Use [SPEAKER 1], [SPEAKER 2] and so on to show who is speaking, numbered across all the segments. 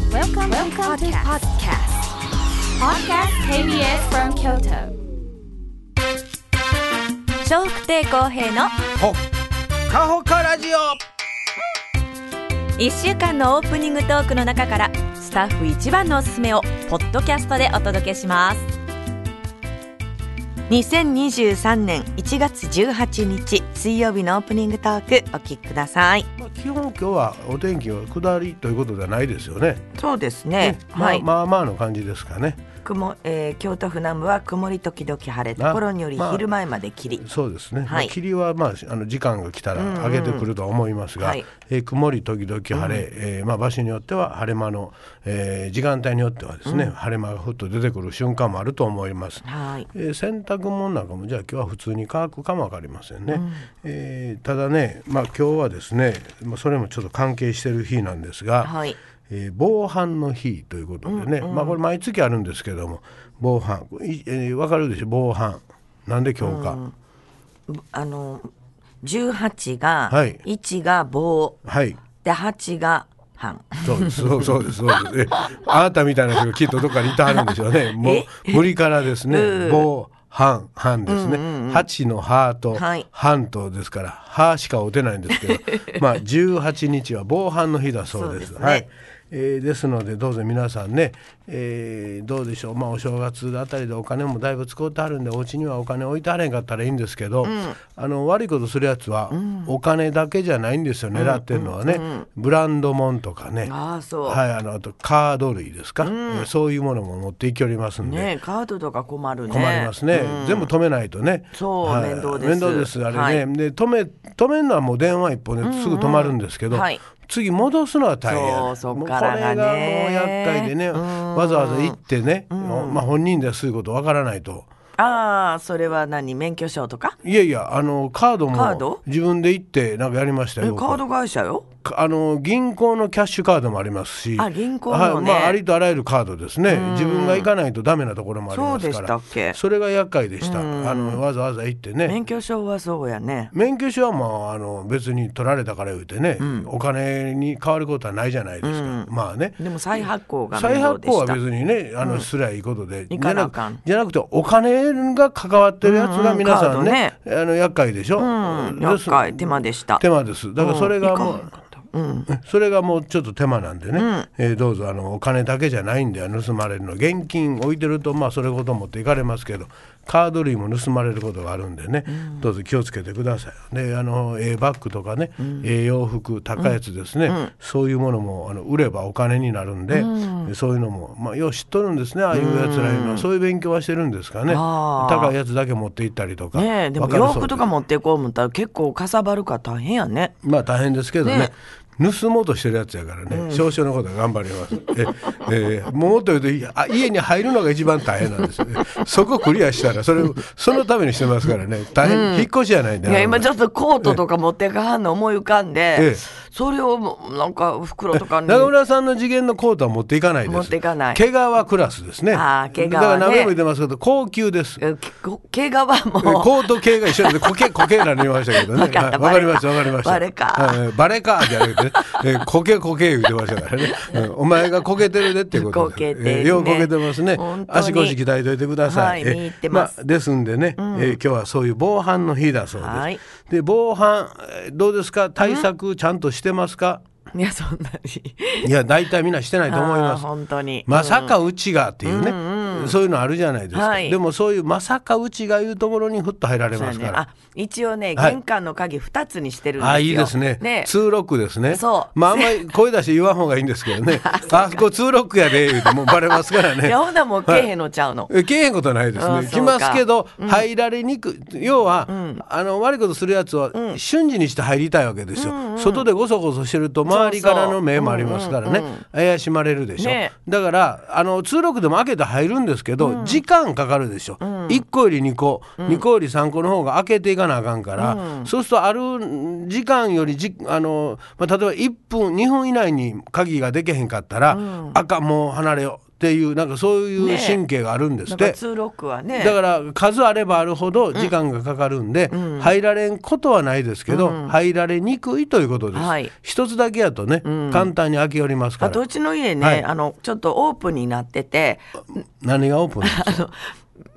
[SPEAKER 1] Welcome, to
[SPEAKER 2] Welcome to
[SPEAKER 1] podcast.
[SPEAKER 2] Podcast KBS from Kyoto.
[SPEAKER 1] 笑福亭公平の
[SPEAKER 3] ほっかほかラジオ
[SPEAKER 1] 1週間のオープニングトークの中からスタッフ一番のおすすめをポッドキャストでお届けします
[SPEAKER 4] 2023年1月18日水曜日のオープニングトークお聞きください
[SPEAKER 3] まあ基本今日はお天気は下りということではないですよね、
[SPEAKER 4] そうですね、
[SPEAKER 3] まあ
[SPEAKER 4] はい、
[SPEAKER 3] まあまあの感じですかね
[SPEAKER 4] 雲えー京都府南部は曇り時々晴れ
[SPEAKER 3] あ
[SPEAKER 4] ところにより
[SPEAKER 3] まあ
[SPEAKER 4] 昼前まで霧、
[SPEAKER 3] そうですね、
[SPEAKER 4] はい
[SPEAKER 3] まあ霧はまああの時間が来たら上げてくるとは思いますが、
[SPEAKER 4] はい
[SPEAKER 3] えー曇り時々晴れ、えーまあ場所によっては晴れ間の、えー時間帯によってはですね、晴れ間がふっと出てくる瞬間もあると思います、
[SPEAKER 4] はい
[SPEAKER 3] えー洗濯物なんかもじゃあ今日は普通に乾くかもわかりませんね、えーただねまあ今日はですねまあそれもちょっと関係してる日なんですが、
[SPEAKER 4] はい
[SPEAKER 3] えー防犯の日ということでね、まあこれ毎月あるんですけども防犯いえーわかるでしょ防犯なんで今日か、
[SPEAKER 4] あの18が、
[SPEAKER 3] はい
[SPEAKER 4] 1が棒
[SPEAKER 3] はい
[SPEAKER 4] で8が半
[SPEAKER 3] そうですそうそうですそう ですえあなたみたいな人がきっとどっかにいてはるんでしょうねもう無理からですね防犯犯ですね、八のハート、
[SPEAKER 4] はい
[SPEAKER 3] 半島ですから歯しか打てないんですけどまあ18日は防犯の日だそうです
[SPEAKER 4] そうですね
[SPEAKER 3] はいえーですのでどうぞ皆さんね、えーどうでしょう、まあ、お正月あたりでお金もだいぶ使うてはるんでお家にはお金置いてはれんかったらいいんですけど、あの悪いことするやつは、お金だけじゃないんですよ狙ってるのはね、ブランドもんとかね
[SPEAKER 4] ああそう
[SPEAKER 3] はい、あのあとカード類ですか、えーそういうものも持っていきおりますんで。
[SPEAKER 4] ねえカードとか困るね
[SPEAKER 3] 困りますね、全部止めないとね
[SPEAKER 4] そう
[SPEAKER 3] はい
[SPEAKER 4] 面倒です
[SPEAKER 3] 面倒ですあれね、で止め止めるのはもう電話一本ですぐ止まるんですけど、
[SPEAKER 4] はい
[SPEAKER 3] 次戻すのは大変
[SPEAKER 4] そうそっからがね
[SPEAKER 3] もうこれがもう厄介でねわざわざ行ってね、まあ、本人ですることわからないと。
[SPEAKER 4] ああそれは何免許証とか
[SPEAKER 3] いやいやあのカード
[SPEAKER 4] カード
[SPEAKER 3] も自分で行ってなんかやりました
[SPEAKER 4] えカ
[SPEAKER 3] よ。僕
[SPEAKER 4] ード会社よ
[SPEAKER 3] あの銀行のキャッシュカードもありますし
[SPEAKER 4] あ銀行のね
[SPEAKER 3] はいまあ、ありとあらゆるカードですね自分が行かないとダメなところもありますから
[SPEAKER 4] そうでしたっけ
[SPEAKER 3] それが厄介でしたあのわざわざ行ってね
[SPEAKER 4] 免許証はそうやね
[SPEAKER 3] 免許証はまああの別に取られたから言うてね、お金に変わることはないじゃないですか、まあね
[SPEAKER 4] でも再発行が
[SPEAKER 3] 再
[SPEAKER 4] 面倒
[SPEAKER 3] 発
[SPEAKER 4] で
[SPEAKER 3] 行
[SPEAKER 4] し
[SPEAKER 3] は
[SPEAKER 4] た
[SPEAKER 3] 別にねあのすりゃいいことで、
[SPEAKER 4] 行
[SPEAKER 3] じ
[SPEAKER 4] か
[SPEAKER 3] ゃ
[SPEAKER 4] な
[SPEAKER 3] な
[SPEAKER 4] あかん
[SPEAKER 3] くじゃなくてお金が関わってるやつが皆さんね,、あの厄介でしょ、
[SPEAKER 4] うん、厄介手間でした
[SPEAKER 3] 手間ですだからそれがもう、
[SPEAKER 4] うん行か
[SPEAKER 3] それがもうちょっと手間なんでね、えーどうぞあのお金だけじゃないんだよ盗まれるの現金置いてるとまあそれごと持っていかれますけどカード類も盗まれることがあるんでね、どうぞ気をつけてくださいであのええバッグとかね、ええ洋服高いやつですね、そういうものもあの売ればお金になるんで、そういうのも、まあ、よう知っとるんですねああいうやつらいうのは、そういう勉強はしてるんですかね
[SPEAKER 4] あー
[SPEAKER 3] 高いやつだけ持って行ったりとか
[SPEAKER 4] ねえでも
[SPEAKER 3] わかるそ
[SPEAKER 4] 洋
[SPEAKER 3] うです
[SPEAKER 4] 服とか持っていこう思ったら結構かさばるから大変やね
[SPEAKER 3] まあ大変ですけどね。
[SPEAKER 4] ね
[SPEAKER 3] 盗もうとしてるやつやからね、少々のことは頑張ります。ええーもっと言うといやあ家に入るのが一番大変なんですよ ね。そこクリアしたらそれそのためにしてますからね。大変、引っ越しじゃないん
[SPEAKER 4] い
[SPEAKER 3] だ
[SPEAKER 4] や今ちょ
[SPEAKER 3] っ
[SPEAKER 4] っとコートとか持っていかはんの思い浮かんで、
[SPEAKER 3] ええ
[SPEAKER 4] それをもうなんか袋とかに
[SPEAKER 3] 中村さんの次元のコートは持っていかないです。
[SPEAKER 4] 持っていかない
[SPEAKER 3] 毛皮はクラスですね。
[SPEAKER 4] ああ毛皮ね
[SPEAKER 3] だから何回も言ってますけど高級です。
[SPEAKER 4] えこ毛皮も
[SPEAKER 3] えコート系が一緒なんで、コケ、コケなりましたけどね。
[SPEAKER 4] わかった
[SPEAKER 3] はいわかりました、わ
[SPEAKER 4] バレ
[SPEAKER 3] かり
[SPEAKER 4] た
[SPEAKER 3] ました。
[SPEAKER 4] バレか
[SPEAKER 3] はいはいバレか、じゃなくてね、えーコケ、コケ言ってまし たからね。うんお前がコケてるでっていうこと
[SPEAKER 4] コケて
[SPEAKER 3] で
[SPEAKER 4] る
[SPEAKER 3] す。
[SPEAKER 4] ね
[SPEAKER 3] えーようコケてますね
[SPEAKER 4] 本。当に
[SPEAKER 3] 足腰鍛えといてください。
[SPEAKER 4] はい
[SPEAKER 3] えー
[SPEAKER 4] 見入ってます
[SPEAKER 3] あですんでね、えー今日はそういう防犯の日だそう
[SPEAKER 4] は
[SPEAKER 3] で
[SPEAKER 4] い
[SPEAKER 3] す。で、防犯、えーどうですか対策ちゃんとしてますか
[SPEAKER 4] いやそんなに
[SPEAKER 3] いや、大体みんなしてないと思い
[SPEAKER 4] あー
[SPEAKER 3] ます。
[SPEAKER 4] 本当に、
[SPEAKER 3] まさかうちがっていうね、そういうのあるじゃないですか、
[SPEAKER 4] はい
[SPEAKER 3] でもそういうまさかうちがいうところにふっと入られ
[SPEAKER 4] そう
[SPEAKER 3] ま
[SPEAKER 4] や
[SPEAKER 3] す
[SPEAKER 4] ね
[SPEAKER 3] から、
[SPEAKER 4] あ一応ね
[SPEAKER 3] はい
[SPEAKER 4] 玄関の鍵二つにしてるんですよ、
[SPEAKER 3] あいいですねツーロックですね
[SPEAKER 4] そう
[SPEAKER 3] まああんまり声出して言わん方がいいんですけど ねあそこツーロックやで言うてもうバレますから
[SPEAKER 4] い
[SPEAKER 3] ね
[SPEAKER 4] やほんならもうけえへんのちゃうの、
[SPEAKER 3] えけえへんことはないです
[SPEAKER 4] あ
[SPEAKER 3] ね
[SPEAKER 4] そ
[SPEAKER 3] 来
[SPEAKER 4] うか
[SPEAKER 3] ますけど、入られにくい要は、あの悪いことするやつは、瞬時にして入りたいわけですよ、外でごそごそしてると周りからの目もありますからね、怪しまれるでしょ、
[SPEAKER 4] ね
[SPEAKER 3] だからあの通路でも開けて入るんですけど、時間かかるでしょ、1個より2個、2個より3個の方が開けていかなあかんから、そうするとある時間よりじあの、まあ、例えば1分2分以内に鍵ができへんかったら、赤もう離れようっていうなんかそういう
[SPEAKER 4] ね
[SPEAKER 3] 神経があるんです
[SPEAKER 4] な
[SPEAKER 3] っ
[SPEAKER 4] んか
[SPEAKER 3] て。
[SPEAKER 4] 通録はね
[SPEAKER 3] だから数あればあるほど時間がかかるんで、入られんことはないですけど、入られにくいということです、
[SPEAKER 4] はい
[SPEAKER 3] 一つだけやとね、簡単に空き寄りますか
[SPEAKER 4] あと
[SPEAKER 3] ら
[SPEAKER 4] うちの家ね、
[SPEAKER 3] はい
[SPEAKER 4] あのちょっとオープンになってて
[SPEAKER 3] 何がオープ ンですか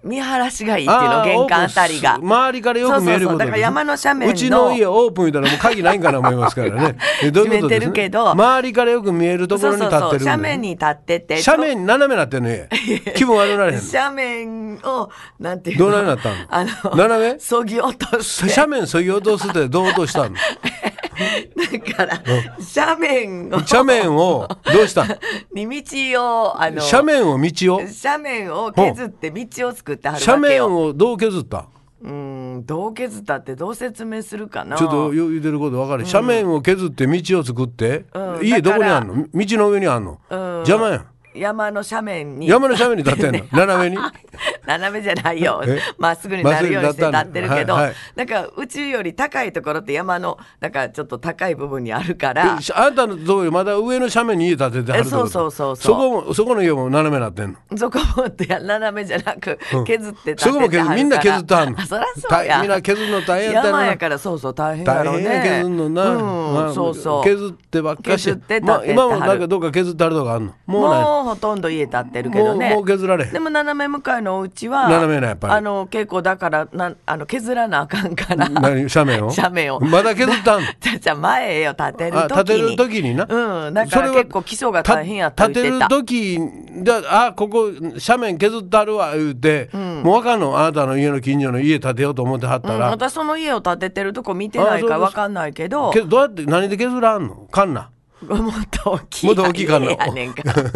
[SPEAKER 4] 見晴らしがいいっていうの
[SPEAKER 3] あー
[SPEAKER 4] 玄関あたりが
[SPEAKER 3] オープンっす周りからよく見
[SPEAKER 4] そう
[SPEAKER 3] えること
[SPEAKER 4] そうそうだから山の斜面の
[SPEAKER 3] うちの家オープン言ったらもう鍵ないんかな思いま すからねえどういうことで
[SPEAKER 4] 閉め
[SPEAKER 3] す
[SPEAKER 4] てるけど
[SPEAKER 3] 周りからよく見えるところに立ってるんで
[SPEAKER 4] 斜面に立ってて
[SPEAKER 3] 斜面に斜めなってんの家 気分悪なれへんの
[SPEAKER 4] 斜面をなんていう
[SPEAKER 3] ど
[SPEAKER 4] の
[SPEAKER 3] うなりなった
[SPEAKER 4] あ
[SPEAKER 3] の
[SPEAKER 4] の
[SPEAKER 3] 斜め
[SPEAKER 4] そぎ落として
[SPEAKER 3] 斜面そぎ落とすってどう落としたの
[SPEAKER 4] だから斜面を
[SPEAKER 3] 斜面をどうしたん
[SPEAKER 4] に道をあの
[SPEAKER 3] 斜面を道を
[SPEAKER 4] 斜面を削って道を作ってはるわけよ
[SPEAKER 3] 斜面をどう削った
[SPEAKER 4] うんどう削ったってどう説明するかな
[SPEAKER 3] ちょっと言うてること分かる、斜面を削って道を作って、
[SPEAKER 4] うん
[SPEAKER 3] 家どこに
[SPEAKER 4] だから
[SPEAKER 3] あんの道の上にあんの、邪魔やん
[SPEAKER 4] 山の斜面に
[SPEAKER 3] 山の斜面に立ってんの斜めに
[SPEAKER 4] 斜めじゃないよ
[SPEAKER 3] え
[SPEAKER 4] まっすぐになるようにして立
[SPEAKER 3] まっ
[SPEAKER 4] っ
[SPEAKER 3] すぐ
[SPEAKER 4] て
[SPEAKER 3] に
[SPEAKER 4] るけ
[SPEAKER 3] 立ったんだ
[SPEAKER 4] ど、
[SPEAKER 3] はいはい
[SPEAKER 4] なんか宇宙より高いところって山のなんかちょっと高い部分にあるから
[SPEAKER 3] えしあなたのところまだ上の斜面に家建ててはるってこ
[SPEAKER 4] えそ
[SPEAKER 3] と
[SPEAKER 4] うそうそうそう
[SPEAKER 3] こもそこの家も斜めなってんの
[SPEAKER 4] そこもって斜めじゃなく
[SPEAKER 3] うん
[SPEAKER 4] 削って立
[SPEAKER 3] そこも
[SPEAKER 4] てて
[SPEAKER 3] 削
[SPEAKER 4] はるから、
[SPEAKER 3] るみんな削ってはんの
[SPEAKER 4] あそらそうや
[SPEAKER 3] 大みんな削るの大変やった
[SPEAKER 4] 山
[SPEAKER 3] な
[SPEAKER 4] やからそうそう大変や
[SPEAKER 3] 大
[SPEAKER 4] ろう
[SPEAKER 3] 変
[SPEAKER 4] ね
[SPEAKER 3] や削るのな、
[SPEAKER 4] うん
[SPEAKER 3] まあ
[SPEAKER 4] そうそう
[SPEAKER 3] 削ってばっかし
[SPEAKER 4] 削って立てて
[SPEAKER 3] まあ、今も
[SPEAKER 4] はる
[SPEAKER 3] なんかどっか削ってあるとかあんのもうない
[SPEAKER 4] もうほとんど家建ってるけどね
[SPEAKER 3] もうもう削られへん
[SPEAKER 4] でも斜め向かいのお家は
[SPEAKER 3] 斜めなんやっぱり
[SPEAKER 4] あの結構だからなんあの削らなあかんから
[SPEAKER 3] 何斜面を
[SPEAKER 4] 斜面を
[SPEAKER 3] まだ削っ たんの
[SPEAKER 4] じゃあ じゃあ前よ建てる時に
[SPEAKER 3] あ建てる時にな、
[SPEAKER 4] うんだ
[SPEAKER 3] そ
[SPEAKER 4] か
[SPEAKER 3] れ
[SPEAKER 4] ら
[SPEAKER 3] は
[SPEAKER 4] 結構基礎が大変やった
[SPEAKER 3] た建て
[SPEAKER 4] 言っ
[SPEAKER 3] る
[SPEAKER 4] てた
[SPEAKER 3] 時じゃあここ斜面削ってあるわ言うて、もうわかんのあなたの家の近所の家建てようと思ってはった
[SPEAKER 4] うん、
[SPEAKER 3] ら、
[SPEAKER 4] 私その家を建ててるとこ見てないから
[SPEAKER 3] あそうです
[SPEAKER 4] わかんないけど
[SPEAKER 3] けどどうやって何で削らんのかんな
[SPEAKER 4] もっと大きい
[SPEAKER 3] もっと大きいかな
[SPEAKER 4] 家やねん かそう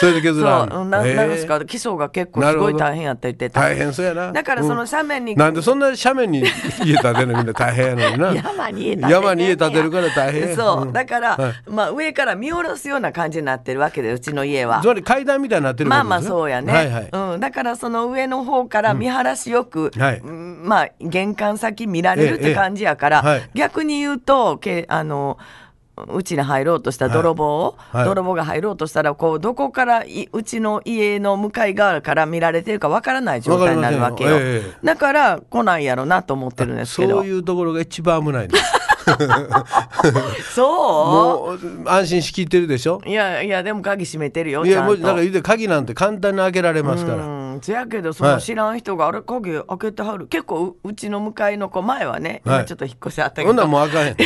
[SPEAKER 3] それで削らんの
[SPEAKER 4] うんな
[SPEAKER 3] へえ
[SPEAKER 4] なんですか基礎が結構
[SPEAKER 3] な
[SPEAKER 4] す
[SPEAKER 3] るほ
[SPEAKER 4] ご
[SPEAKER 3] ど
[SPEAKER 4] い大変やった言ってた
[SPEAKER 3] 大変そうやな
[SPEAKER 4] だからその
[SPEAKER 3] うん
[SPEAKER 4] 斜面に、
[SPEAKER 3] なんでそんな斜面に家建てるのみんな大変やのに な
[SPEAKER 4] 山に家建ててんねや
[SPEAKER 3] 山に家建てるから大変
[SPEAKER 4] そう、
[SPEAKER 3] ん
[SPEAKER 4] だから、
[SPEAKER 3] はい
[SPEAKER 4] まあ上から見下ろすような感じになってるわけでうちの家は
[SPEAKER 3] つまり階段みたいになってるって
[SPEAKER 4] まあ
[SPEAKER 3] こと
[SPEAKER 4] まあ
[SPEAKER 3] ですね
[SPEAKER 4] そうやね、
[SPEAKER 3] はいはい、
[SPEAKER 4] うん、だからその上の方から見晴らしよく、
[SPEAKER 3] うんはい
[SPEAKER 4] うんまあ玄関先見られるっ
[SPEAKER 3] えええ
[SPEAKER 4] て
[SPEAKER 3] え
[SPEAKER 4] 感じやから、
[SPEAKER 3] はい
[SPEAKER 4] 逆に言うとけあのうちに入ろうとした泥棒を、
[SPEAKER 3] いはい
[SPEAKER 4] 泥棒が入ろうとしたらこうどこからいうちの家の向かい側から見られてるかわからない状態になるわけよ
[SPEAKER 3] わかりませんよえ
[SPEAKER 4] だから来ないやろなと思ってるんですけど
[SPEAKER 3] そういうところが一番危ないん です
[SPEAKER 4] そう
[SPEAKER 3] もう安心しきってるでしょ
[SPEAKER 4] いやいやでも鍵閉めてるよ
[SPEAKER 3] い
[SPEAKER 4] ちゃ
[SPEAKER 3] や
[SPEAKER 4] ん
[SPEAKER 3] も
[SPEAKER 4] と
[SPEAKER 3] うだから言うて鍵なんて簡単に開けられますから、
[SPEAKER 4] うんそやけどそ
[SPEAKER 3] は
[SPEAKER 4] の
[SPEAKER 3] い
[SPEAKER 4] 知らん人があれ鍵開けてはる結構ううちの向かいの子前はね、
[SPEAKER 3] はい
[SPEAKER 4] 今ちょっと引っ越しあったけど
[SPEAKER 3] ほんなんもうあかん へん
[SPEAKER 4] い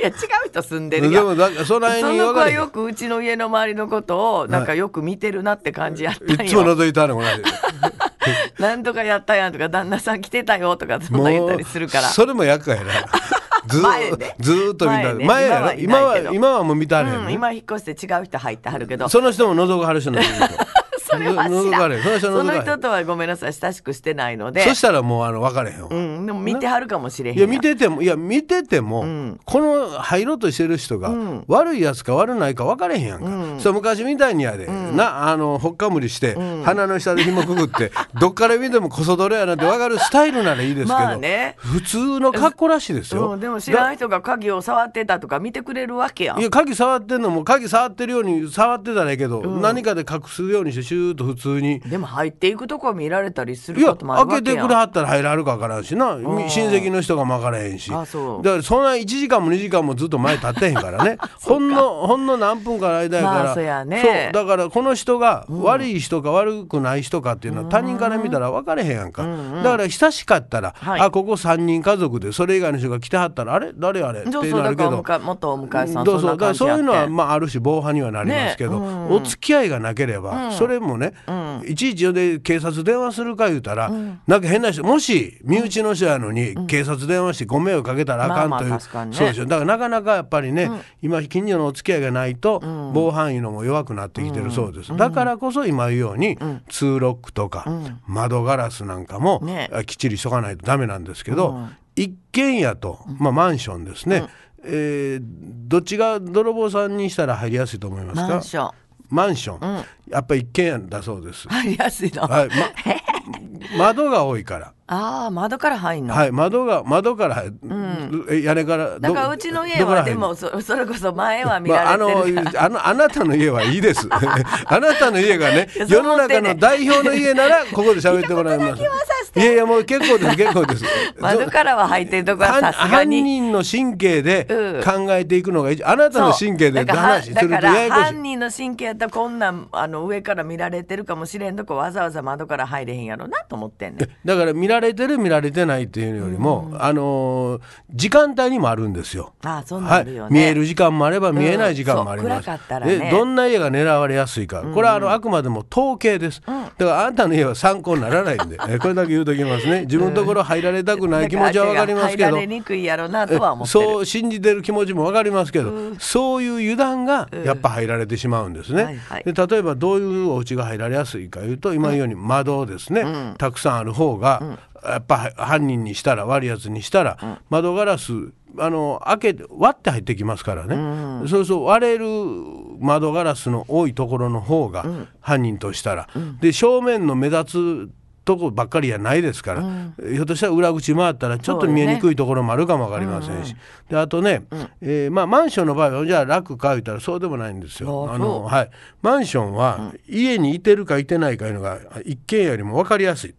[SPEAKER 4] や違う人住んでる
[SPEAKER 3] で
[SPEAKER 4] やん
[SPEAKER 3] もだからその
[SPEAKER 4] そ
[SPEAKER 3] 辺に
[SPEAKER 4] の子
[SPEAKER 3] 分か
[SPEAKER 4] は
[SPEAKER 3] れへん
[SPEAKER 4] よくうちの家の周りのことをなんかよく見てるなって感じやった
[SPEAKER 3] い
[SPEAKER 4] ん
[SPEAKER 3] つも
[SPEAKER 4] よ、
[SPEAKER 3] 覗いたのこれ
[SPEAKER 4] なんとかやったやんとか旦那さん来てたよとかそんな言ったりするから
[SPEAKER 3] それも厄介やなず
[SPEAKER 4] 前
[SPEAKER 3] ー
[SPEAKER 4] ね
[SPEAKER 3] ずーっと見た
[SPEAKER 4] 前ね
[SPEAKER 3] 前やろ今
[SPEAKER 4] 今はいないけ
[SPEAKER 3] は
[SPEAKER 4] ど
[SPEAKER 3] 今はもう見たれへん、
[SPEAKER 4] うん、今引っ越して違う人入ってはるけど
[SPEAKER 3] その人も覗かはる人なんですよ
[SPEAKER 4] それは知
[SPEAKER 3] 覗
[SPEAKER 4] ら
[SPEAKER 3] か
[SPEAKER 4] ん
[SPEAKER 3] れへんその人
[SPEAKER 4] そ
[SPEAKER 3] 覗か
[SPEAKER 4] の
[SPEAKER 3] れへ
[SPEAKER 4] 人
[SPEAKER 3] ん
[SPEAKER 4] とはごめんなさい親しくしてないの で
[SPEAKER 3] そしたらもうあの分かれへんわ、
[SPEAKER 4] うん、でも見てはるかもしれへん
[SPEAKER 3] い
[SPEAKER 4] や
[SPEAKER 3] や
[SPEAKER 4] ん
[SPEAKER 3] 見ててもいや見てても、この入ろうとしてる人が、悪いやつか悪ないか分かれへんやんか、そう昔みたいにやで、なあのほっかむりして、鼻の下で紐くぐって どっから見てもこそどれやなんて分かるスタイルならいいですけど、
[SPEAKER 4] まあね
[SPEAKER 3] 普通の格好らしいですよ。
[SPEAKER 4] うん、でも知ら
[SPEAKER 3] だ
[SPEAKER 4] ん人が鍵を触ってたとか見てくれるわけやん
[SPEAKER 3] いや鍵触ってんのも鍵触ってるように触ってたらいいけど、何かで隠すようにしてシューッと普通に
[SPEAKER 4] でも入っていくとこ見られたりす
[SPEAKER 3] い
[SPEAKER 4] る
[SPEAKER 3] や
[SPEAKER 4] こともあるわけや
[SPEAKER 3] 開けてくれはったら入らはるか分からんしなみ親戚の人がまかれへんし
[SPEAKER 4] あそう
[SPEAKER 3] だからそんな1時間も2時間もずっと前立ってへんか らねほんのほんの何分かの間やから、
[SPEAKER 4] まあそうやね
[SPEAKER 3] そうだからこの人が悪い人か悪くない人かっていうのは他人から見たら分かれへんやんか、だから親しかったら、
[SPEAKER 4] はい
[SPEAKER 3] あここ3人家族でそれ以外の人が来てはったらあれ誰あれって
[SPEAKER 4] そうそう
[SPEAKER 3] な
[SPEAKER 4] だ
[SPEAKER 3] るけ
[SPEAKER 4] からお
[SPEAKER 3] ど。
[SPEAKER 4] 迎え元お迎えさんそ
[SPEAKER 3] どうんそう
[SPEAKER 4] な
[SPEAKER 3] だか
[SPEAKER 4] 感
[SPEAKER 3] ら
[SPEAKER 4] じ
[SPEAKER 3] そう
[SPEAKER 4] やっ
[SPEAKER 3] い
[SPEAKER 4] て
[SPEAKER 3] うのは、まあ、ある種防犯にはなりますけど、
[SPEAKER 4] ねうん
[SPEAKER 3] お付き合いがなければ、それもね、いちいちで警察電話するか言うたら、なんか変な人もし身内の人やのに、警察電話してご迷惑かけたらあかんと
[SPEAKER 4] ま
[SPEAKER 3] いう、
[SPEAKER 4] あまあ確かにね
[SPEAKER 3] そうでしょだからなかなかやっぱりね、今近所のお付き合いがないと、防犯いうのも弱くなってきてるそうです、だからこそ今言うように、通ロックとか、窓ガラスなんかも、
[SPEAKER 4] ね
[SPEAKER 3] きっちりしとかないとダメなんですけど、一軒家と、まあ、マンションですね、えーどっちが泥棒さんにしたら入りやすいと思いますか
[SPEAKER 4] マンション
[SPEAKER 3] マンションやっぱ一軒家だそうです。
[SPEAKER 4] 入りやすいの、
[SPEAKER 3] はい、ま、窓が多いから。
[SPEAKER 4] ああ、窓から入んの。
[SPEAKER 3] はい、窓が窓から、え屋根から
[SPEAKER 4] だ
[SPEAKER 3] ど
[SPEAKER 4] からうちの家
[SPEAKER 3] どこら
[SPEAKER 4] はで
[SPEAKER 3] 辺
[SPEAKER 4] もそそれこそ前は見
[SPEAKER 3] まあ、
[SPEAKER 4] ら
[SPEAKER 3] あ
[SPEAKER 4] れ
[SPEAKER 3] の
[SPEAKER 4] てるから、
[SPEAKER 3] あのあなたの家はいいです あなたの家がね
[SPEAKER 4] いやそう
[SPEAKER 3] 世の
[SPEAKER 4] 思って
[SPEAKER 3] 中
[SPEAKER 4] んね
[SPEAKER 3] の
[SPEAKER 4] ん
[SPEAKER 3] 代表の家 ならここで喋ってもらいますいやいやもう結構です結構です
[SPEAKER 4] 窓からは入ってるとこは
[SPEAKER 3] 犯
[SPEAKER 4] さすが
[SPEAKER 3] 犯
[SPEAKER 4] に。
[SPEAKER 3] 人の神経で
[SPEAKER 4] うん
[SPEAKER 3] 考えていくのが一あなたの神経で
[SPEAKER 4] そうだから
[SPEAKER 3] 話すると
[SPEAKER 4] だ
[SPEAKER 3] や
[SPEAKER 4] から
[SPEAKER 3] やこしい
[SPEAKER 4] 犯人の神経やったらこんなんあの上から見られてるかもしれんとこわざわざ窓から入れへんやろなと思ってんねん
[SPEAKER 3] だから見られてる見られてないっていうよりも、あのー時間帯にもあるんですよ。
[SPEAKER 4] ああそんなん
[SPEAKER 3] は
[SPEAKER 4] あ
[SPEAKER 3] い
[SPEAKER 4] るよ、ね、
[SPEAKER 3] 見える時間もあれば見えない時間もあります、
[SPEAKER 4] うんそう暗かったらね
[SPEAKER 3] でどんな家が狙われやすいかこれはあのあくまでも統計です、だからあんたの家は参考にならない んでえこれだけ言うときますね自分のところ入られたくない気持ちはわかりますけ
[SPEAKER 4] だから
[SPEAKER 3] ど
[SPEAKER 4] 入られにくいやろなとは思ってる
[SPEAKER 3] そう信じてる気持ちもわかりますけどそういう油断がやっぱ入られてしまうんですね、
[SPEAKER 4] はいはい
[SPEAKER 3] で例えばどういうお家が入られやすいかいうと今のように窓ですね、たくさんある方が、やっぱ犯人にしたら悪いやつにしたら、窓ガラスあの開けて割って入ってきますからね、そうそう割れる窓ガラスの多いところの方が、犯人としたら、で正面の目立つとこばっかりじゃないですから、ひょっとしたら裏口回ったらちょっと見えにくいところもあるかもわかりませんし、であとね、えーまあ、マンションの場合はじゃあ楽か言ったらそうでもないんですよ。
[SPEAKER 4] あ
[SPEAKER 3] あのはい、マンションは家にいてるかいてないかいうのが一軒家よりも分かりやすい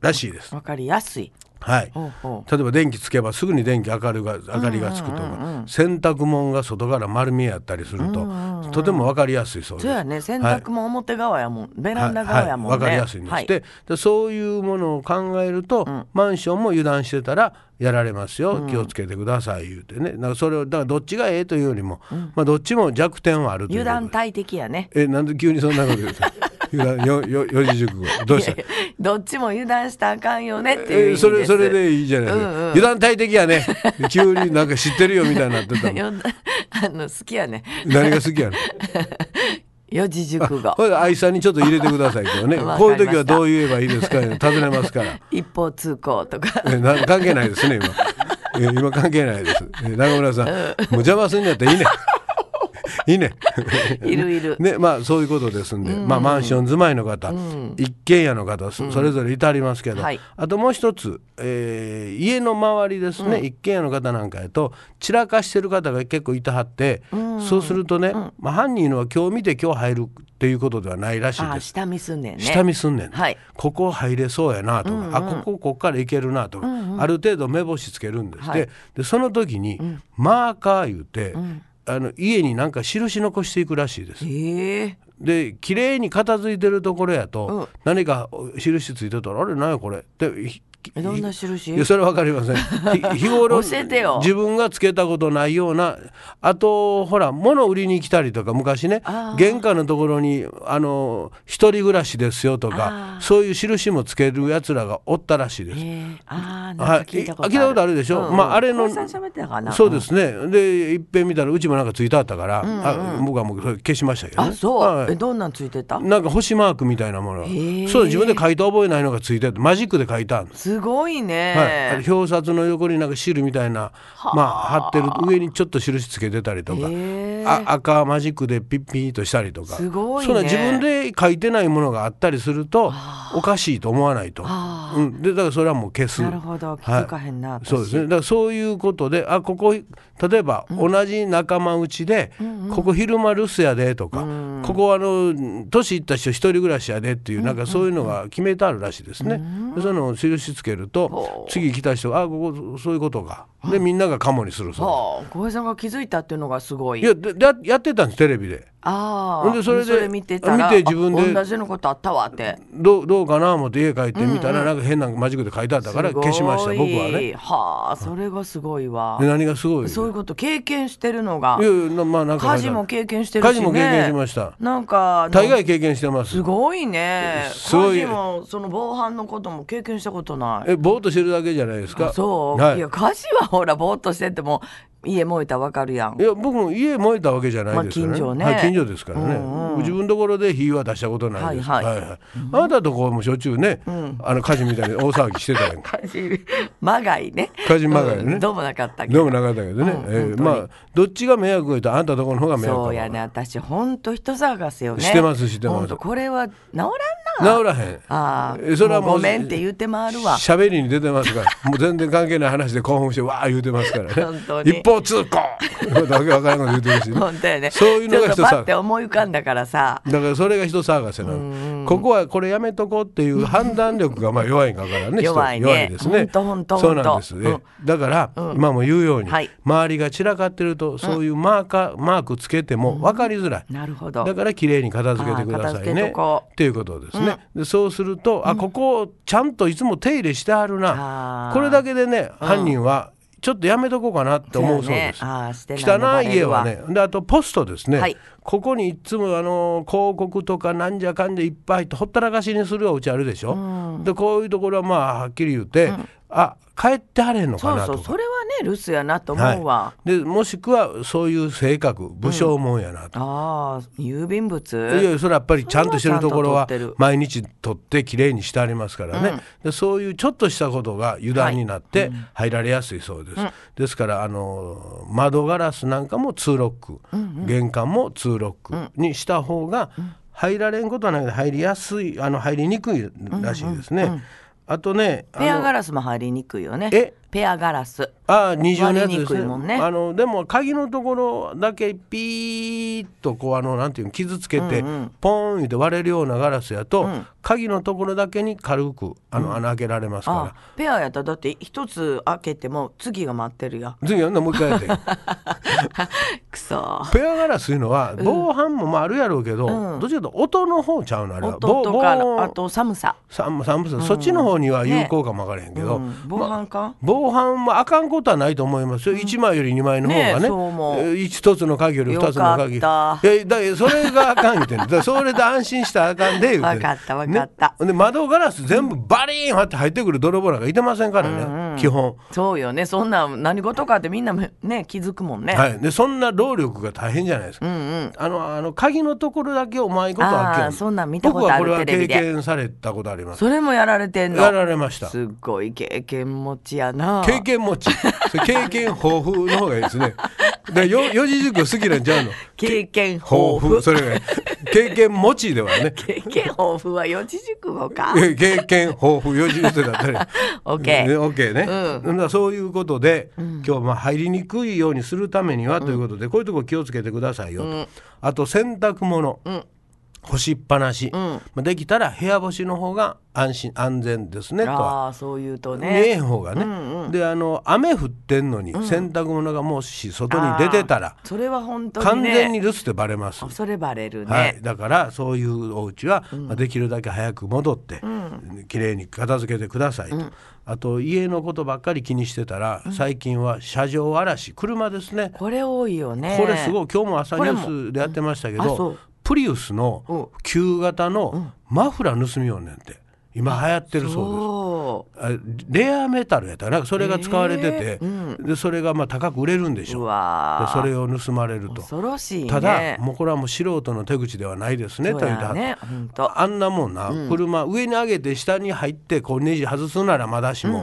[SPEAKER 3] らしいです。
[SPEAKER 4] わかりやすい
[SPEAKER 3] はい
[SPEAKER 4] ほうほ
[SPEAKER 3] 例えば電気つけばすぐに電気明かるが明かりがつくとか洗濯物が外から丸見えやったりするととても分かりやすいそう
[SPEAKER 4] う
[SPEAKER 3] です。
[SPEAKER 4] そうやね洗
[SPEAKER 3] はい
[SPEAKER 4] 濯も表側やもん、ベランダ
[SPEAKER 3] は
[SPEAKER 4] 側
[SPEAKER 3] い
[SPEAKER 4] やもんね、
[SPEAKER 3] わかりやすいんです、
[SPEAKER 4] はい
[SPEAKER 3] ででそういうものを考えると、マンションも油断してたらやられますよ、気をつけてください言うてねだからそれをだからどっちがええというよりも、まあ、どっちも弱点はあるという
[SPEAKER 4] 油
[SPEAKER 3] ことで
[SPEAKER 4] 断大敵やね
[SPEAKER 3] えなんで急にそんなこと 言うた油断よよ四字熟語どうした
[SPEAKER 4] どっちも油断したらあかんよねっていう意味
[SPEAKER 3] え
[SPEAKER 4] で
[SPEAKER 3] ー
[SPEAKER 4] す、
[SPEAKER 3] それそれでいいじゃないですか、
[SPEAKER 4] うんうん
[SPEAKER 3] 油断大敵やね急になんか知ってるよみたいになってたもん
[SPEAKER 4] よあの好きやね
[SPEAKER 3] 何が好きやね ん
[SPEAKER 4] 四字熟語
[SPEAKER 3] これ愛さんにちょっと入れてくださいけどね
[SPEAKER 4] わかりました
[SPEAKER 3] こういう時はどう言えばいいですか、ね、尋ねますから
[SPEAKER 4] 一方通行とか
[SPEAKER 3] えな関係ないですね今え今関係ないですえ中村さん、もう邪魔するんだってい いねいいね
[SPEAKER 4] いるいる
[SPEAKER 3] ねまあそういうことですんで、まあマンション住まいの方、一軒家の方そそれぞれ至りますけど、
[SPEAKER 4] はい
[SPEAKER 3] あともう一つ、えー家の周りですね、一軒家の方なんかやと散らかしてる方が結構いたはって、そうするとね、まあ、犯人のは今日見て今日入るっていうことではないらしい
[SPEAKER 4] あ
[SPEAKER 3] で
[SPEAKER 4] あ
[SPEAKER 3] す。
[SPEAKER 4] 下見すんねんね
[SPEAKER 3] 下見すんねん、
[SPEAKER 4] はい
[SPEAKER 3] ここ入れそうやなとか、あこここっから行けるなとか、ある程度目星つけるんです、
[SPEAKER 4] はい
[SPEAKER 3] ででその時に、マーカー言うて、あの家になんか印残していくらしいです。
[SPEAKER 4] へえ
[SPEAKER 3] で綺麗に片付いてるところやと、何か印ついてたらあれ何やこれってひ
[SPEAKER 4] えどんな
[SPEAKER 3] いや
[SPEAKER 4] 印
[SPEAKER 3] それはわかりません ひ日頃
[SPEAKER 4] 教えてよ
[SPEAKER 3] 自分がつけたことないようなあとほら物売りに来たりとか昔ね
[SPEAKER 4] あー
[SPEAKER 3] 玄関のところにあの一人暮らしですよと
[SPEAKER 4] あ
[SPEAKER 3] か
[SPEAKER 4] ー
[SPEAKER 3] そういう印もつけるやつらがおったらしいで
[SPEAKER 4] え
[SPEAKER 3] す。
[SPEAKER 4] ー、ああ
[SPEAKER 3] は
[SPEAKER 4] なんか
[SPEAKER 3] い、
[SPEAKER 4] 聞いたことある、
[SPEAKER 3] 聞いたことあるでしょ、
[SPEAKER 4] うんうん
[SPEAKER 3] まあ、あれ
[SPEAKER 4] 高
[SPEAKER 3] の
[SPEAKER 4] 橋さん喋ってたかな
[SPEAKER 3] そうですね、でいっぺん見たらうちもなんかついてあったから、あ僕はもうそれ消しましたけど、ね、
[SPEAKER 4] あそう、
[SPEAKER 3] はい
[SPEAKER 4] えどんなんついてた
[SPEAKER 3] なんか星マークみたいなものが
[SPEAKER 4] ー
[SPEAKER 3] そう自分で書いた覚えないのがついてあってマジックで書いたんです
[SPEAKER 4] すごい
[SPEAKER 3] はい、あ
[SPEAKER 4] ね、
[SPEAKER 3] れ表札の横になんか汁みたいなまあ貼ってる上にちょっと印つけてたりとか、
[SPEAKER 4] へー
[SPEAKER 3] あ赤マジックでピッピーとしたりとか
[SPEAKER 4] すごいね
[SPEAKER 3] そんな自分で書いてないものがあったりするとおかしいと思わないと、うん、でだからそれはもう消す。
[SPEAKER 4] なるほど気づかへんな、
[SPEAKER 3] はい
[SPEAKER 4] 私
[SPEAKER 3] そうですねだからそういうことであここ例えば同じ仲間内で、ここ昼間留守やでとか、ここあの年いった人一人暮らしやでっていう、なんかそういうのが決めてあるらしいですね、でそういうのを印つけると次来た人があここそういうことかでみんながカモにするそう
[SPEAKER 4] はあ小林さんが気づいたっていうのがすごい
[SPEAKER 3] いやでややってたんですテレビで
[SPEAKER 4] あ
[SPEAKER 3] ほ
[SPEAKER 4] あ
[SPEAKER 3] んでそれで
[SPEAKER 4] 見てたら
[SPEAKER 3] 見て自分で
[SPEAKER 4] あ同じのことあったわって
[SPEAKER 3] どうどうかな思って家帰ってみたら、なんか変なマジックで書いてあったから
[SPEAKER 4] すごい
[SPEAKER 3] 消しました僕はね
[SPEAKER 4] はあそれがすごいわ
[SPEAKER 3] で何がすごい
[SPEAKER 4] そういうこと経験してるのが
[SPEAKER 3] いやいやなまあなんか
[SPEAKER 4] 家事も経験してるしね
[SPEAKER 3] 家事も経験しました
[SPEAKER 4] なんかあの
[SPEAKER 3] 大概経験してます
[SPEAKER 4] すごいね
[SPEAKER 3] すごい
[SPEAKER 4] 家事もその防犯のことも経験したことない
[SPEAKER 3] えぼーっとしてるだけじゃないですか
[SPEAKER 4] あそう、、
[SPEAKER 3] はいい、い
[SPEAKER 4] や
[SPEAKER 3] や
[SPEAKER 4] 家事はほらぼーっとしてても家燃えたらわかるやん
[SPEAKER 3] 僕も家燃えたわけじゃないですからね,、
[SPEAKER 4] まあ近所ね
[SPEAKER 3] はい、近所ですからね、
[SPEAKER 4] うんうん
[SPEAKER 3] 自分のところで火は出したことないです
[SPEAKER 4] はいはい
[SPEAKER 3] あなたとこもしょっちゅうね、あの火事みたいに大騒ぎしてたやんか
[SPEAKER 4] 家事まがいね
[SPEAKER 3] 家事まがいね
[SPEAKER 4] うんどうもなかったけ
[SPEAKER 3] で
[SPEAKER 4] ど
[SPEAKER 3] もなかったけどね、えーまあどっちが迷惑を言うとあなたとこの方が迷惑
[SPEAKER 4] そうやね私ほんと人探すよね
[SPEAKER 3] してますしてます
[SPEAKER 4] ほんとこれは治らんな
[SPEAKER 3] 治らへん
[SPEAKER 4] あ
[SPEAKER 3] え
[SPEAKER 4] あ、
[SPEAKER 3] それはもう
[SPEAKER 4] もうごめんって言って回るわ。
[SPEAKER 3] 喋りに出てますからもう全然関係ない話で興奮してわあ言うてますからね
[SPEAKER 4] 本当に
[SPEAKER 3] 一方通行 だけ分からんこと言うてるし、ね、
[SPEAKER 4] 本当やね。
[SPEAKER 3] そういうのが
[SPEAKER 4] ちょっ
[SPEAKER 3] 一
[SPEAKER 4] と
[SPEAKER 3] つ
[SPEAKER 4] パ
[SPEAKER 3] さ
[SPEAKER 4] って思い浮かんだからさ。
[SPEAKER 3] だからそれが人騒がせなのここはこれやめとこうっていう判断力がまあ弱いんかからね人
[SPEAKER 4] 弱いね
[SPEAKER 3] 弱いですね
[SPEAKER 4] ほんとほんと
[SPEAKER 3] そうなんです、
[SPEAKER 4] ほんとうん
[SPEAKER 3] だから、今も言うように、
[SPEAKER 4] はい
[SPEAKER 3] 周りが散らかってるとそういうマーカー、マークつけても分かりづらい、
[SPEAKER 4] なるほど。
[SPEAKER 3] だから綺麗に片付けてくだ
[SPEAKER 4] あー
[SPEAKER 3] さ
[SPEAKER 4] 片
[SPEAKER 3] い
[SPEAKER 4] 付け
[SPEAKER 3] ね
[SPEAKER 4] とこう
[SPEAKER 3] っていうことですね、でそうするとあここをちゃんといつも手入れしてあるな
[SPEAKER 4] あー
[SPEAKER 3] これだけでね犯人はちょっとやめとこうかなって思うそうです
[SPEAKER 4] そやねあーしてないの
[SPEAKER 3] 汚
[SPEAKER 4] バ
[SPEAKER 3] い
[SPEAKER 4] レ
[SPEAKER 3] 家
[SPEAKER 4] るわ
[SPEAKER 3] はねであとポストですね、
[SPEAKER 4] はい
[SPEAKER 3] ここにいつもあの広告とかなんじゃかんじゃいっぱい入ってほったらかしにするお家あるでしょ、でこういうところはまあはっきり言って、あ帰ってはれんのか
[SPEAKER 4] そう
[SPEAKER 3] な
[SPEAKER 4] そ
[SPEAKER 3] とか
[SPEAKER 4] う、それはね、留守やなと思うわ。
[SPEAKER 3] はい、でもしくはそういう性格武将もんやなと、
[SPEAKER 4] ああ、郵便物。
[SPEAKER 3] いやいやそれはやっぱりちゃんとしてるところは
[SPEAKER 4] それはちゃんと取ってる
[SPEAKER 3] 毎日取ってきれいにしてありますからね、でそういうちょっとしたことが油断になって入られやすいそうです、ですからあの窓ガラスなんかもツーロック、玄関もツーロックにした方が入られんことはないけど入りやすいあの入りにくいらしいですね、あとねあの
[SPEAKER 4] ペアガラスも入りにくいよね。
[SPEAKER 3] え
[SPEAKER 4] ペアガラス。
[SPEAKER 3] ああ二重のやつで
[SPEAKER 4] 割りにく
[SPEAKER 3] す
[SPEAKER 4] い
[SPEAKER 3] ね
[SPEAKER 4] もんね
[SPEAKER 3] あのでも鍵のところだけピーッとこうあのなんていうの傷つけて、ポーン言って割れるようなガラスやと、鍵のところだけに軽くあの穴開けられます
[SPEAKER 4] あ
[SPEAKER 3] か
[SPEAKER 4] あ、ペアやったらだって一つ開けても次が待ってるやん。
[SPEAKER 3] ら、次はねもう 一回やって
[SPEAKER 4] くそ。
[SPEAKER 3] ペアガラスいうのは防犯もまああるやろうけど、どっちかというと音の方ちゃうのあれは
[SPEAKER 4] 音とか、あ
[SPEAKER 3] 防
[SPEAKER 4] と寒さ。
[SPEAKER 3] 寒寒さ、そっちの方には有効かも分からへんけ
[SPEAKER 4] う
[SPEAKER 3] ど、
[SPEAKER 4] ん防犯か
[SPEAKER 3] 防犯はあかんことはないと思いますよ、一枚より二枚の方が
[SPEAKER 4] ね
[SPEAKER 3] ね
[SPEAKER 4] えそう思う
[SPEAKER 3] えー一つの鍵より二つの鍵
[SPEAKER 4] よかっ
[SPEAKER 3] いやだからそれがあかん言うてんねんだからそれで安心したらあかんで言うてんねん
[SPEAKER 4] わかったわかった
[SPEAKER 3] ねほんで窓ガラス全部バリーンって入ってくる泥棒なんかいてませんからね、基本
[SPEAKER 4] そうよね。そんなん何事かってみんなね気づくもんね。
[SPEAKER 3] はい、でそんな労力が大変じゃないですか、あのあの鍵のところだけお前ことは
[SPEAKER 4] あーそんなん見たこ
[SPEAKER 3] 僕
[SPEAKER 4] とあ
[SPEAKER 3] は
[SPEAKER 4] る
[SPEAKER 3] これは
[SPEAKER 4] テレ
[SPEAKER 3] 経
[SPEAKER 4] ビで
[SPEAKER 3] 験されたことあります
[SPEAKER 4] それもやられてんの。
[SPEAKER 3] やられました
[SPEAKER 4] すっごい経験持ちやな。
[SPEAKER 3] 経験持ちそれ経験豊富の方がいいです ねでよ四字熟語好きなんちゃうの
[SPEAKER 4] 経験豊
[SPEAKER 3] 抱負
[SPEAKER 4] 富。
[SPEAKER 3] それが経験持ちでは ね
[SPEAKER 4] 経験豊富は四字熟語 か。
[SPEAKER 3] え経験豊富四十歳だ ったり
[SPEAKER 4] オッケー
[SPEAKER 3] ねオッケーね、だからそういうことで、今日はまあ入りにくいようにするためにはということで、こういうとこ気をつけてくださいよと、あと洗濯物、干しっぱなし、まあできたら部屋干しの方が安心安全ですねとは
[SPEAKER 4] ああ、そういうと
[SPEAKER 3] 見
[SPEAKER 4] ね。
[SPEAKER 3] えへん方がね、であの雨降ってんのに、洗濯物がもし外に出てた
[SPEAKER 4] あ
[SPEAKER 3] ら
[SPEAKER 4] ーそれは本当に
[SPEAKER 3] 完
[SPEAKER 4] ね
[SPEAKER 3] 全に留守ってバレます
[SPEAKER 4] あそれバレるね、
[SPEAKER 3] はい、だからそういうお家は、まあできるだけ早く戻って、きれいに片付けてくださいと、あと家のことばっかり気にしてたら、最近は車上荒らし車ですね、
[SPEAKER 4] これ多いよね
[SPEAKER 3] これすご
[SPEAKER 4] い
[SPEAKER 3] い今日も朝ニ
[SPEAKER 4] これ
[SPEAKER 3] ュ
[SPEAKER 4] も
[SPEAKER 3] ースでやってましたけ
[SPEAKER 4] うんあそ
[SPEAKER 3] ど
[SPEAKER 4] う
[SPEAKER 3] プリウスの旧型のマフラー盗みようねんって今流行ってるそうです。
[SPEAKER 4] そ
[SPEAKER 3] あレアメタルやったらなんかそれが使われてて、でそれがまあ高く売れるんでし
[SPEAKER 4] う
[SPEAKER 3] ょ
[SPEAKER 4] う
[SPEAKER 3] う
[SPEAKER 4] わ
[SPEAKER 3] で
[SPEAKER 4] ー
[SPEAKER 3] それを盗まれると
[SPEAKER 4] 恐ろしいね
[SPEAKER 3] ただもうこれはもう素人の手口ではないですね
[SPEAKER 4] そう
[SPEAKER 3] と言
[SPEAKER 4] や
[SPEAKER 3] うてはっ
[SPEAKER 4] ね
[SPEAKER 3] た
[SPEAKER 4] ほんと
[SPEAKER 3] あんなもんな、車上に上げて下に入ってこうネジ外すならまだしも、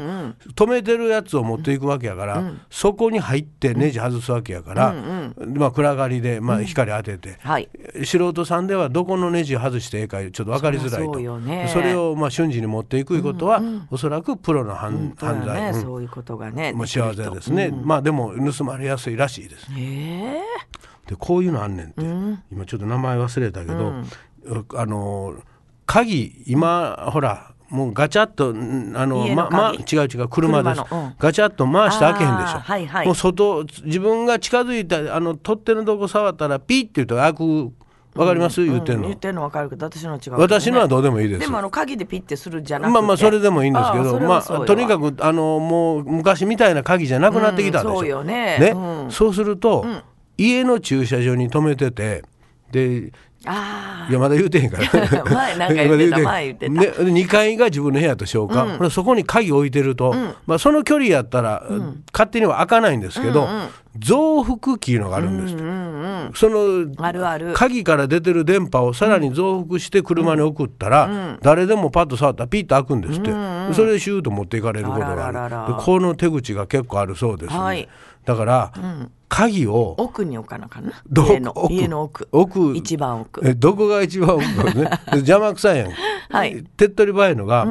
[SPEAKER 3] 止めてるやつを持っていくわけやから、そこに入ってネジ外すわけやから、まあ、暗がりで、まあ、光当てて、
[SPEAKER 4] はい
[SPEAKER 3] 素人さんではどこのネジ外してええかちょっと分かりづらい
[SPEAKER 4] そうよ
[SPEAKER 3] と
[SPEAKER 4] ね
[SPEAKER 3] れをまあ瞬時に持っていくいうことは、おそらくプロの犯,、
[SPEAKER 4] そうや
[SPEAKER 3] 犯罪、
[SPEAKER 4] ね、
[SPEAKER 3] うん
[SPEAKER 4] そういうことがね
[SPEAKER 3] もう幸
[SPEAKER 4] き
[SPEAKER 3] せ
[SPEAKER 4] る
[SPEAKER 3] ですね、まあでも盗まれやすいらしいです
[SPEAKER 4] とえ
[SPEAKER 3] でこういうのあんねんって、今ちょっと名前忘れたけど、あの鍵今ほらもうガチャッとんあの
[SPEAKER 4] 家の
[SPEAKER 3] まま
[SPEAKER 4] 鍵
[SPEAKER 3] 違う違う車です
[SPEAKER 4] 車のうん
[SPEAKER 3] ガチャッと回して開けへんでしょ、
[SPEAKER 4] あーはいはい
[SPEAKER 3] もう外自分が近づいたあの取っ手のとこ触ったらピッて言うと開くわかります、
[SPEAKER 4] ー
[SPEAKER 3] 言ってん
[SPEAKER 4] うん
[SPEAKER 3] の、
[SPEAKER 4] 言ってんの分かるけど私のは違う、
[SPEAKER 3] 私のはどう
[SPEAKER 4] で
[SPEAKER 3] でもいい
[SPEAKER 4] も
[SPEAKER 3] です
[SPEAKER 4] でもあの鍵でピッてするじゃなくて
[SPEAKER 3] まあまあそれでもいいんですけ
[SPEAKER 4] あー
[SPEAKER 3] ど
[SPEAKER 4] それ
[SPEAKER 3] ま
[SPEAKER 4] はそうよ
[SPEAKER 3] あとにかくあのもう昔みたいな鍵じゃなくなってきたでしょ、
[SPEAKER 4] うんそうよねうん
[SPEAKER 3] そうすると、家の駐車場に止めててで
[SPEAKER 4] あ
[SPEAKER 3] いやまだ言うてへんか ら
[SPEAKER 4] 前なんか言 ってた前言ってた
[SPEAKER 3] で2階が自分の部屋としようか、ほらそこに鍵置いてると、まあ、その距離やったら、勝手には開かないんですけど、増幅器いうのがあるんですって、その
[SPEAKER 4] ああるある
[SPEAKER 3] 鍵から出てる電波をさらに増幅して車に送ったら、誰でもパッと触ったらピッと開くんですって、それでシューッと持っていかれることがある
[SPEAKER 4] あらららら
[SPEAKER 3] でこの手口が結構あるそうですね、
[SPEAKER 4] はい
[SPEAKER 3] だから、鍵を
[SPEAKER 4] 奥に置かなかな
[SPEAKER 3] どこ
[SPEAKER 4] 家の
[SPEAKER 3] 奥
[SPEAKER 4] 家の奥
[SPEAKER 3] 奥
[SPEAKER 4] 一番奥
[SPEAKER 3] えどこが一番奥か ね邪魔くさいやん、
[SPEAKER 4] はい
[SPEAKER 3] 手っ取り早いのが、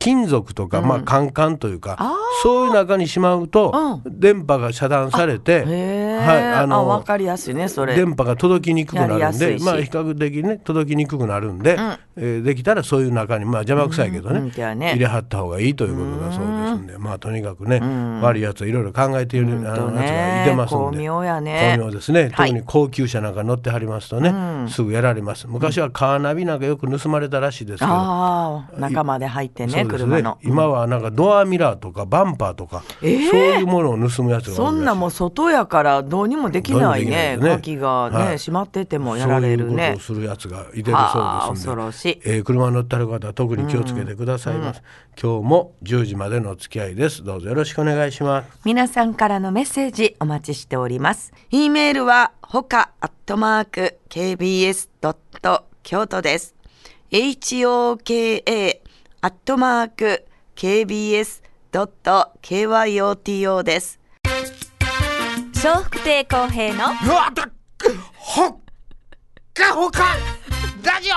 [SPEAKER 3] 金属とか、まあ、カンカンというか
[SPEAKER 4] あ
[SPEAKER 3] そういう中にしまうと、電波が遮断されて、
[SPEAKER 4] へえ、
[SPEAKER 3] はい
[SPEAKER 4] あ
[SPEAKER 3] あの
[SPEAKER 4] 分かりやすいねそれ
[SPEAKER 3] 電波が届きにくくな
[SPEAKER 4] や
[SPEAKER 3] る
[SPEAKER 4] り
[SPEAKER 3] ん
[SPEAKER 4] やすい
[SPEAKER 3] で
[SPEAKER 4] し
[SPEAKER 3] まあ比較的ね届きにくくなるんで、えーできたらそういう中にまあ邪魔くさいけどね,、
[SPEAKER 4] うんうんではね
[SPEAKER 3] 入れはった方がいいということだそうですんでまあとにかくね、悪いやついろいろ考えている、あ
[SPEAKER 4] ほん
[SPEAKER 3] の
[SPEAKER 4] とね
[SPEAKER 3] やつがいてますんで
[SPEAKER 4] 巧妙やね
[SPEAKER 3] 巧妙ですね、
[SPEAKER 4] はい
[SPEAKER 3] 特に高級車なんか乗ってはりますとね、すぐやられます昔はカーナビなんかよく盗まれたらしいですけど、
[SPEAKER 4] ああ中まで入ってね
[SPEAKER 3] そうです
[SPEAKER 4] 車の
[SPEAKER 3] 今はなんかドアミラーとかバンパーとか、そういうものを盗むやつが多いらしい
[SPEAKER 4] そんなもう外やからどうにもできないね
[SPEAKER 3] どうにもで
[SPEAKER 4] 鍵
[SPEAKER 3] きないね
[SPEAKER 4] がね、
[SPEAKER 3] はい
[SPEAKER 4] 閉まっててもやられる
[SPEAKER 3] そういう
[SPEAKER 4] ね
[SPEAKER 3] ことをするやつがいてる
[SPEAKER 4] ああ
[SPEAKER 3] そうです
[SPEAKER 4] 恐
[SPEAKER 3] んで
[SPEAKER 4] ろしい
[SPEAKER 3] えー車に乗ってある方は特に気をつけてくださいます、今日も10時までのお付き合いですどうぞよろしくお願いします
[SPEAKER 4] 皆さんからのメッセージお待ちしております。e メールは、ほか、アットマーク、kbs. 京都です。hoka、アットマーク、kbs.kyoto です。
[SPEAKER 1] 笑福亭公平の
[SPEAKER 5] うわだっほっかほかラジオ